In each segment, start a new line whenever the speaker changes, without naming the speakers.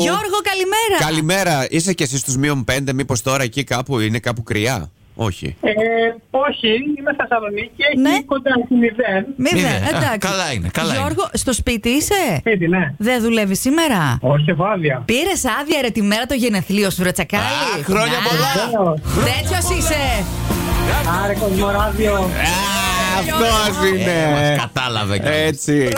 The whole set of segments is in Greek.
Γιώργο, καλημέρα.
Καλημέρα. Είσαι κι εσύ στους μείον 5, μήπως τώρα εκεί κάπου είναι κάπου κρυά. Όχι.
Ε, όχι, είμαι στη Θεσσαλονίκη, έχει
Ναι.
κοντά στη μηδέν.
Μηδέν,
Μηδέν. Α,
εντάξει.
καλά είναι, καλά είναι.
Γιώργο, στο σπίτι είσαι.
Σπίτι, ναι.
Δεν δουλεύεις σήμερα.
Όχι, βάδια.
Πήρες άδεια ρε τη μέρα το γενεθλίων σου, ρε τσακάλι.
Α, χρόνια
Να.
πολλά.
Βεβαίως.
Τέτοιος είσαι.
Άρε, κοσμοράδιο.
Α, Αυτός ας
Ε, μας
είναι.
κατάλαβε. κανείς.
Έτσι.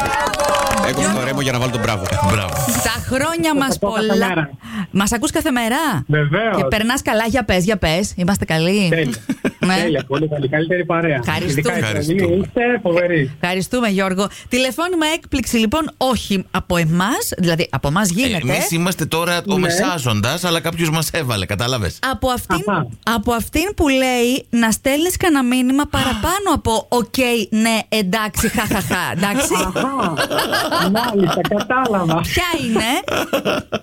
Έχω το ρέμο για να βάλω τον μπράβο.
Μπράβο.
Τα χρόνια μα
ακούω κάθε
πολλά.
μέρα.
Μας ακούς κάθε μέρα.
Βεβαίως.
Και περνάς καλά, για πες, για πες. Είμαστε καλοί.
Τέλεια.
Ναι.
Τέλεια, πολύ καλή. Καλύτερη παρέα.
Ευχαριστούμε.
Ειδικά οι
Ευχαριστούμε.
Ισραηλοί Είστε φοβεροί.
Ευχαριστούμε, Γιώργο. Τηλεφώνημα έκπληξη, λοιπόν, όχι από εμάς, δηλαδή από
Ε,
εμάς γίνεται.
Εμείς είμαστε τώρα ο
Ναι.
μεσάζοντας, αλλά κάποιος μας έβαλε, κατάλαβες.
από αυτήν,
Αχα.
από αυτήν που λέει να στέλνεις κανένα μήνυμα παραπάνω από οκ, ναι, εντάξει, χαχαχά, εντάξει.
Αχα, μάλιστα, κατάλαβα.
Ποια είναι,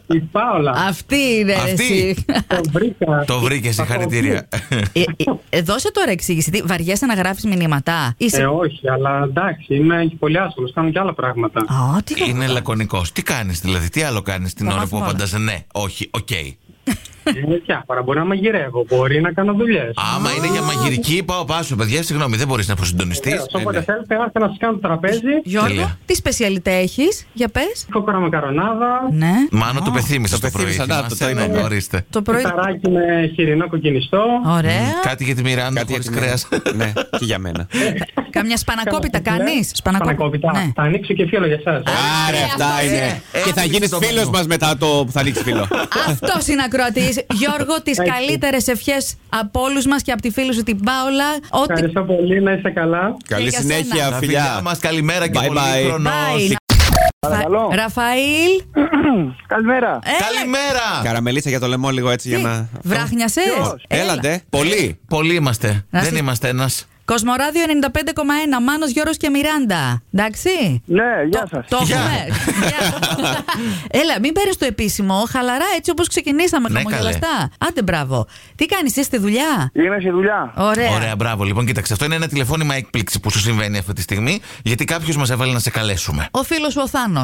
Η Πάολα.
αυτή είναι ρε,
Αυτή.
εσύ.
Το βρήκα.
Το βρήκες, συγχαρητήρια.
Ε, ε, ε, Δώσε τώρα εξήγηση. Τι, βαριέσαι να γράφεις μηνύματα. Είσαι.
Ε, όχι, αλλά εντάξει, είμαι και πολύ άσχολος, κάνω και άλλα πράγματα.
Α, τι κα-
Είναι λακωνικός. Τι κάνεις δηλαδή, τι άλλο κάνεις την
Θα
ώρα που
μάθουμε όλα.
απαντάς ναι, όχι, οκ.
Ε, διάφορα, μπορεί να μαγειρεύω, μπορεί να κάνω δουλειές.
Άμα είναι για μαγειρική, πάω πάσου, παιδιά. Συγγνώμη, δεν μπορείς να αποσυντονιστεί.
Βεβαίως, Ε, Όποτε θέλετε, έλατε να σας κάνω το τραπέζι.
Γιώργο,
Τέλεια.
τι σπεσιαλιτέ έχεις, για πες.
Κόκορα μακαρονάδα,
Ναι.
Μάνο το
Α,
πεθύμησα
το
το πρωί.
πεθύμησα, να,
θυμάσαι,
το- το
ναι,
είναι.
Ορίστε.
Το Ε. πρωί.
ταράκι με χοιρινό κοκκινιστό.
Ωραία.
Κάτι για τη Μιράντα
Κάτι
χωρί
έτσι, ναι.
κρέας.
Ναι, και για μένα.
Ε, Καμιά σπανακόπιτα κάνει.
Σπανακόπιτα.
Ναι.
Θα ανοίξω και φίλο για εσάς.
Άρε, αυτά
αυτό
είναι.
είναι.
Και θα
Έκλεισε
γίνει
το
φίλο
μενού.
μας μετά το που θα ανοίξει φίλο.
Αυτός είναι ακροατής. Γιώργο, τις
Έτσι.
καλύτερες ευχές από όλους μας και από τη φίλη σου την Πάολα. Ό,τι.
Ευχαριστώ πολύ, να είστε καλά.
Καλή
για
συνέχεια,
σένα.
Τα
φιλιά.
φιλιά μας, καλημέρα και
Bye,
πολύ
bye.
χρονό.
Bye.
Παρακαλώ.
Ραφαήλ.
Καλημέρα.
έλα.
Καλημέρα!
Καραμελίτσα για το λαιμό λίγο έτσι για
Τι, Ε,
να.
Βράχνιασες.
Έλατε. Πολύ.
Πολλοί είμαστε.
Να
Δεν
σε-
είμαστε ένας.
Κοσμοράδιο 95,1. Μάνος, Γιώργος και Μιράντα. Εντάξει.
Ναι, γεια
Το,
σας.
το
Γεια.
έχουμε. Γεια. Έλα, μην παίρνεις το επίσημο. Χαλαρά, έτσι όπως ξεκινήσαμε.
Ναι,
χαμογελαστά. Άντε, μπράβο. Τι κάνεις, είσαι στη δουλειά.
Είμαι στη δουλειά.
Ωραία.
Ωραία, μπράβο. Λοιπόν, κοίταξε, αυτό είναι ένα τηλεφώνημα έκπληξη που σου συμβαίνει αυτή τη στιγμή, γιατί κάποιος μας έβαλε να σε καλέσουμε.
Ο φίλος σου ο Θάνο.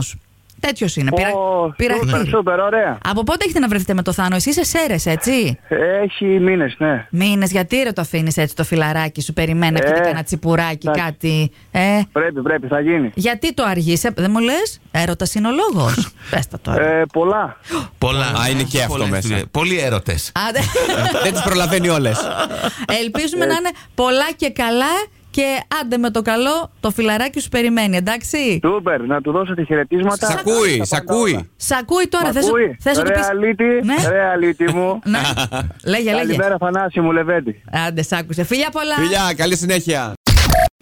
Τέτοιος είναι. Πειρα...
Ω, Σούπερ,
Πειραχτή.
σούπερ, ωραία.
Από πότε έχετε να βρεθείτε με το Θάνο, εσύ είσαι σέρες, έτσι.
Έχει μήνες, ναι.
Μήνες, γιατί ρε το αφήνεις έτσι το φιλαράκι σου, περιμένει να
Ε,
πιει ένα τσιπουράκι,
εντάξει.
κάτι. Ε,
Πρέπει, πρέπει, θα γίνει.
γιατί το αργείς, ε, δεν μου λες, έρωτας είναι ο λόγος. Πες τα τώρα.
Ε, πολλά.
Πολλά.
Α, είναι και αυτό
Πολλές
μέσα.
δουλειές. Πολλοί έρωτες.
Άντε. Ε.
Δεν τι προλαβαίνει όλες.
Ε.
Ελπίζουμε να είναι πολλά και καλά και άντε με το καλό, το φιλαράκι σου περιμένει, εντάξει.
Σούπερ, να του δώσω τη χαιρετίσματα.
Σ' ακούει, σ' ακούει.
Σ' ακούει τώρα,
Μ'
θες,
ακούει.
θες να του πεις...
Ρεαλίτη,
Ναι.
ρεαλίτη μου.
Ναι. λέγε, λέγε.
Καλημέρα, Θανάση μου, Λεβέντη.
Άντε, σ' άκουσε. Φιλιά πολλά.
Φιλιά, καλή συνέχεια.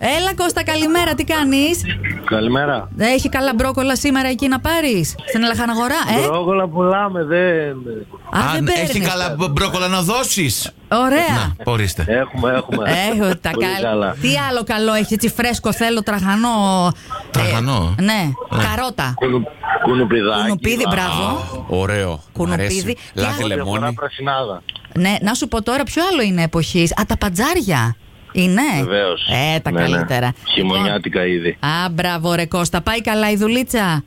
Έλα Κώστα, καλημέρα, τι
Ε,
κάνεις.
Καλημέρα.
Έχει καλά μπρόκολα σήμερα εκεί να πάρεις. Στην Ελαχαναγορά, ε.
Μπρόκολα πουλάμε, δεν.
Α, δεν
έχει
παίρνεις.
καλά μπ- μπρόκολα να δώσεις.
Ωραία.
Να, ορίστε.
Έχουμε, έχουμε.
Έχω τα
Πολύ
καλά. Τι άλλο καλό έχει, έτσι φρέσκο θέλω, τραχανό. ε,
Τραχανό.
ναι, καρότα.
Κουνου, κουνουπιδάκι.
Κουνουπίδι,
βα-
μπράβο.
Ωραίο. Μ'
Κουνουπίδι.
αρέσει.
Τι
Λάδι
άλλο?
Ό,τι αφορά
λεμόνι.
πρασινάδα.
Ναι, να σου πω τώρα ποιο άλλο είναι εποχής. Α, τα παντζάρια. Είναι.
Βεβαίως.
Ε,
Ναι,
τα καλύτερα.
Χειμωνιάτικα ήδη.
Λοιπόν, Α, μπράβο, ρε Κώστα. Πάει καλά η δουλίτσα.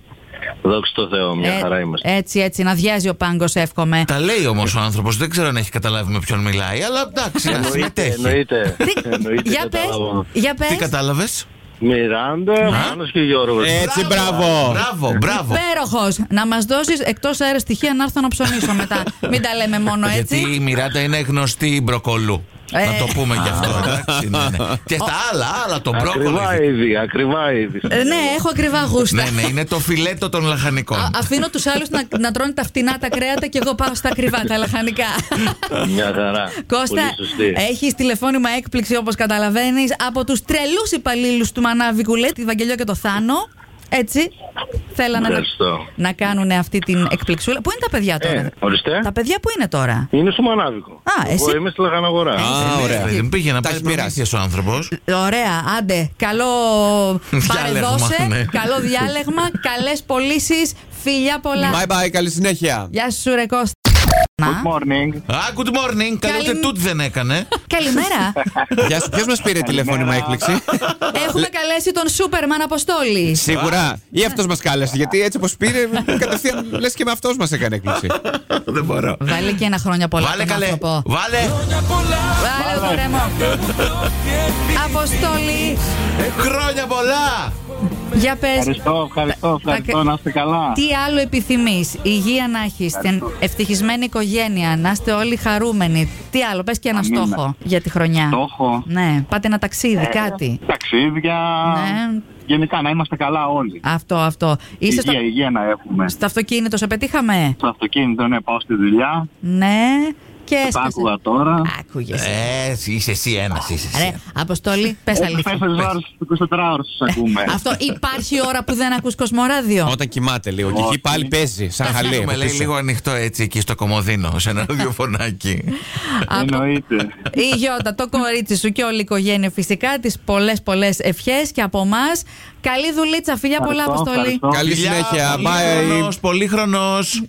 Δόξα τω Θεώ, μια
Ε,
χαρά είμαστε.
Έτσι, έτσι, να διάζει ο πάγκος, εύχομαι.
Τα λέει όμως ο άνθρωπος, δεν ξέρω αν έχει καταλάβει με ποιον μιλάει, αλλά εντάξει, να
Εννοείται,
συμμετέχει.
εννοείται.
Τι-
Εννοείται,
για πε.
καταλάβαμε.
Για πε.
Τι κατάλαβες.
Μιράντα, Μάνος και Γιώργος.
Έτσι, μπράβο.
Μπράβο, μπράβο.
Υπέροχος. Να μας δώσεις εκτός αέρα στοιχεία να έρθω να ψωνίσω μετά. Μην τα λέμε μόνο έτσι.
Γιατί η Μιράντα είναι γνωστή μπροκολού.
Ε.
Να το πούμε γι' αυτό. εντάξει, ναι, ναι. Και στα άλλα, άλλα το
Ακριβά
μπρόκολο.
ήδη, ακριβά ήδη.
Ε, ναι, έχω ακριβά γούστα.
Ναι, ναι, είναι το φιλέτο των
Α-
λαχανικών.
Αφήνω τους άλλους να, να τρώνε τα φτηνά τα κρέατα και εγώ πάω στα ακριβά, τα λαχανικά.
Μια χαρά.
Κώστα,
Πολύ σωστής.
έχεις τηλεφώνημα έκπληξη όπως καταλαβαίνεις από τους τρελούς υπαλλήλους του Μανάβη Κουλέ, τη Βαγγελιό και το Θάνο. Έτσι, θέλανε να,
Ευχαριστώ.
να κάνουν αυτή την εκπληξούλα. Πού είναι τα παιδιά τώρα,
Ε, ορίστε.
Τα παιδιά που είναι τώρα.
Είναι στο Μανάβικο.
Α,
Εγώ
εσύ-
είμαι στη Λαχαναγορά.
Α,
ναι,
ωραία.
Δεν πήγε να
Τα
πάρει
έχεις μοιράσει.
προμήθειες ο άνθρωπος.
Ωραία, άντε. Καλό πάρε
Διάλεγμα,
δώσε,
ναι.
καλό διάλεγμα, καλές πωλήσεις, φιλιά πολλά.
Bye bye, καλή συνέχεια.
Γεια σου, ρε Κώστα. Να.
Good morning.
Α, good morning. Καλό
Καλή-
ούτε τούτ δεν έκανε.
Καλημέρα.
Γεια σου, ποιο μα πήρε τηλεφώνημα έκπληξη.
Έχουμε καλέσει τον Σούπερμαν Αποστόλη.
Σίγουρα. Ή αυτός μας κάλεσε. Γιατί έτσι όπως πήρε, κατευθείαν λες και με αυτός μας έκανε έκπληξη.
δεν μπορώ.
Βάλε και ένα χρόνια πολλά.
Βάλε
τον
καλέ.
άνθρωπο.
Βάλε.
Βάλε το ρεμό. Αποστόλη,
Ε,
Χρόνια πολλά.
για πες.
Ευχαριστώ, ευχαριστώ, ευχαριστώ.
Τα-
Να είστε καλά.
Τι άλλο επιθυμείς, υγεία να έχεις, την ευτυχισμένη οικογένεια, να είστε όλοι χαρούμενοι. Τι άλλο, πες και ένα
Αμήν.
στόχο για τη χρονιά.
Στόχο. Ε,
Ναι, πάτε ένα ταξίδι, κάτι.
Ταξίδια.
Ναι.
Γενικά να είμαστε καλά όλοι.
Αυτό, αυτό. Είσαι στο,
Υγεία, υγεία να έχουμε.
στο αυτοκίνητο, σε πετύχαμε.
Στο αυτοκίνητο, ναι, πάω στη δουλειά.
Ναι, και
Τα
έσπασε.
άκουγα τώρα.
Άκουγες.
Ε, είσαι εσύ ένας. Είσαι
Ρε,
ε,
εσύ.
ε,
Αποστόλη, πες αλήθεια.
Τέσσερι ώρε, 24 ώρε τους ακούμε.
Αυτό υπάρχει ώρα που δεν ακούς Κοσμοράδιο.
Όταν κοιμάται λίγο. Και εκεί πάλι παίζει. Σαν χαλί.
Έχουμε
από
λέει
πίσω.
λίγο ανοιχτό έτσι εκεί στο κομμωδίνο, σε ένα ραδιοφωνάκι.
Από το
Εννοείται.
Η Γιώτα, το κορίτσι σου και όλη η οικογένεια φυσικά. Τις πολλές πολλές ευχές και από εμάς. Καλή δουλίτσα, φιλιά πολλά,
Ευχαριστώ,
Αποστολή.
ευχαριστώ.
Καλή
Φιλιά,
συνέχεια. Bye.
Πολύχρονος, πολύχρονος.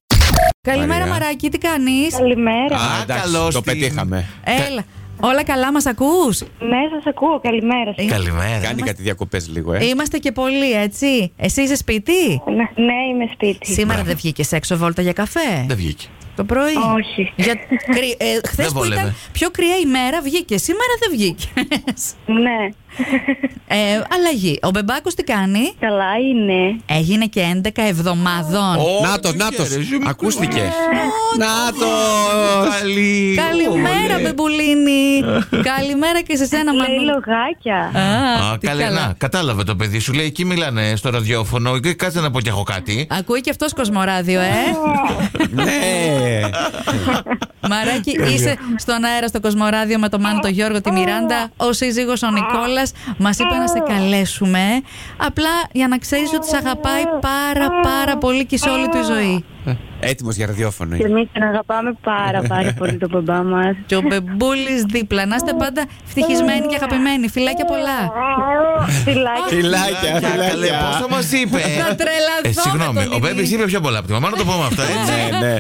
Καλημέρα,
Μαρία.
Μαράκι, τι κάνεις.
Καλημέρα.
Α,
Α,
εντάξει,
καλώς
το
την-
πετύχαμε.
Έλα. Όλα καλά, μας ακούς.
Ναι, σας ακούω. Καλημέρα. σας.
Καλημέρα.
Κάνει κάτι διακοπές λίγο, ε.
Είμαστε και πολλοί, έτσι. Εσύ είσαι σπίτι.
Ναι, ναι, είμαι σπίτι.
Σήμερα δεν βγήκες έξω βόλτα για καφέ.
Δεν βγήκε.
Το πρωί.
Όχι.
Για... Κρυ... Ε, Χθες
Δεν
που
βόλευε.
ήταν πιο κρύα ημέρα βγήκε. Σήμερα δεν βγήκες.
Ναι.
ε, αλλαγή. Ο Μπεμπάκος τι κάνει.
Καλά είναι.
Έγινε και 11 εβδομάδων.
Νάτο, νάτο. Ακούστηκε. Νάτο.
Καλή.
Καλημέρα, Μπεμπουλίνη. Καλημέρα και σε σένα,
Λέει
Μανούλα.
λογάκια.
Α,
Α,
τι
καλέ, να,
καλά.
κατάλαβε το παιδί σου. Λέει εκεί μιλάνε στο ραδιόφωνο. και Κάτσε να πω κι εγώ κάτι.
Ακούει και αυτός Κοσμοράδιο, ε.
Ναι.
Μαράκι, είσαι στον αέρα στο Κοσμοράδιο με τον Μάνο, τον Γιώργο, τη Μιράντα. Ο σύζυγος ο Νικόλας μας είπε να σε καλέσουμε. Απλά για να ξέρεις ότι σε αγαπάει πάρα πάρα πολύ και σε όλη του η ζωή.
Έτοιμος για ραδιόφωνο.
Και
είναι.
εμεί τον αγαπάμε πάρα πάρα πολύ τον μπαμπά μας.
Και ο Μπεμπούλης δίπλα. Να είστε πάντα ευτυχισμένοι και αγαπημένοι. Φιλάκια πολλά.
Φυλάκι.
Φιλάκια,
Καλέ,
φιλάκια.
πόσο μας είπε.
Θα Ε, τρελαθώ
Ε,
με τον
συγγνώμη, ο
Δημήτρη.
Μπέμπης είπε πιο πολλά από τη μαμά. Να το πούμε αυτά, έτσι.
Ναι, ναι.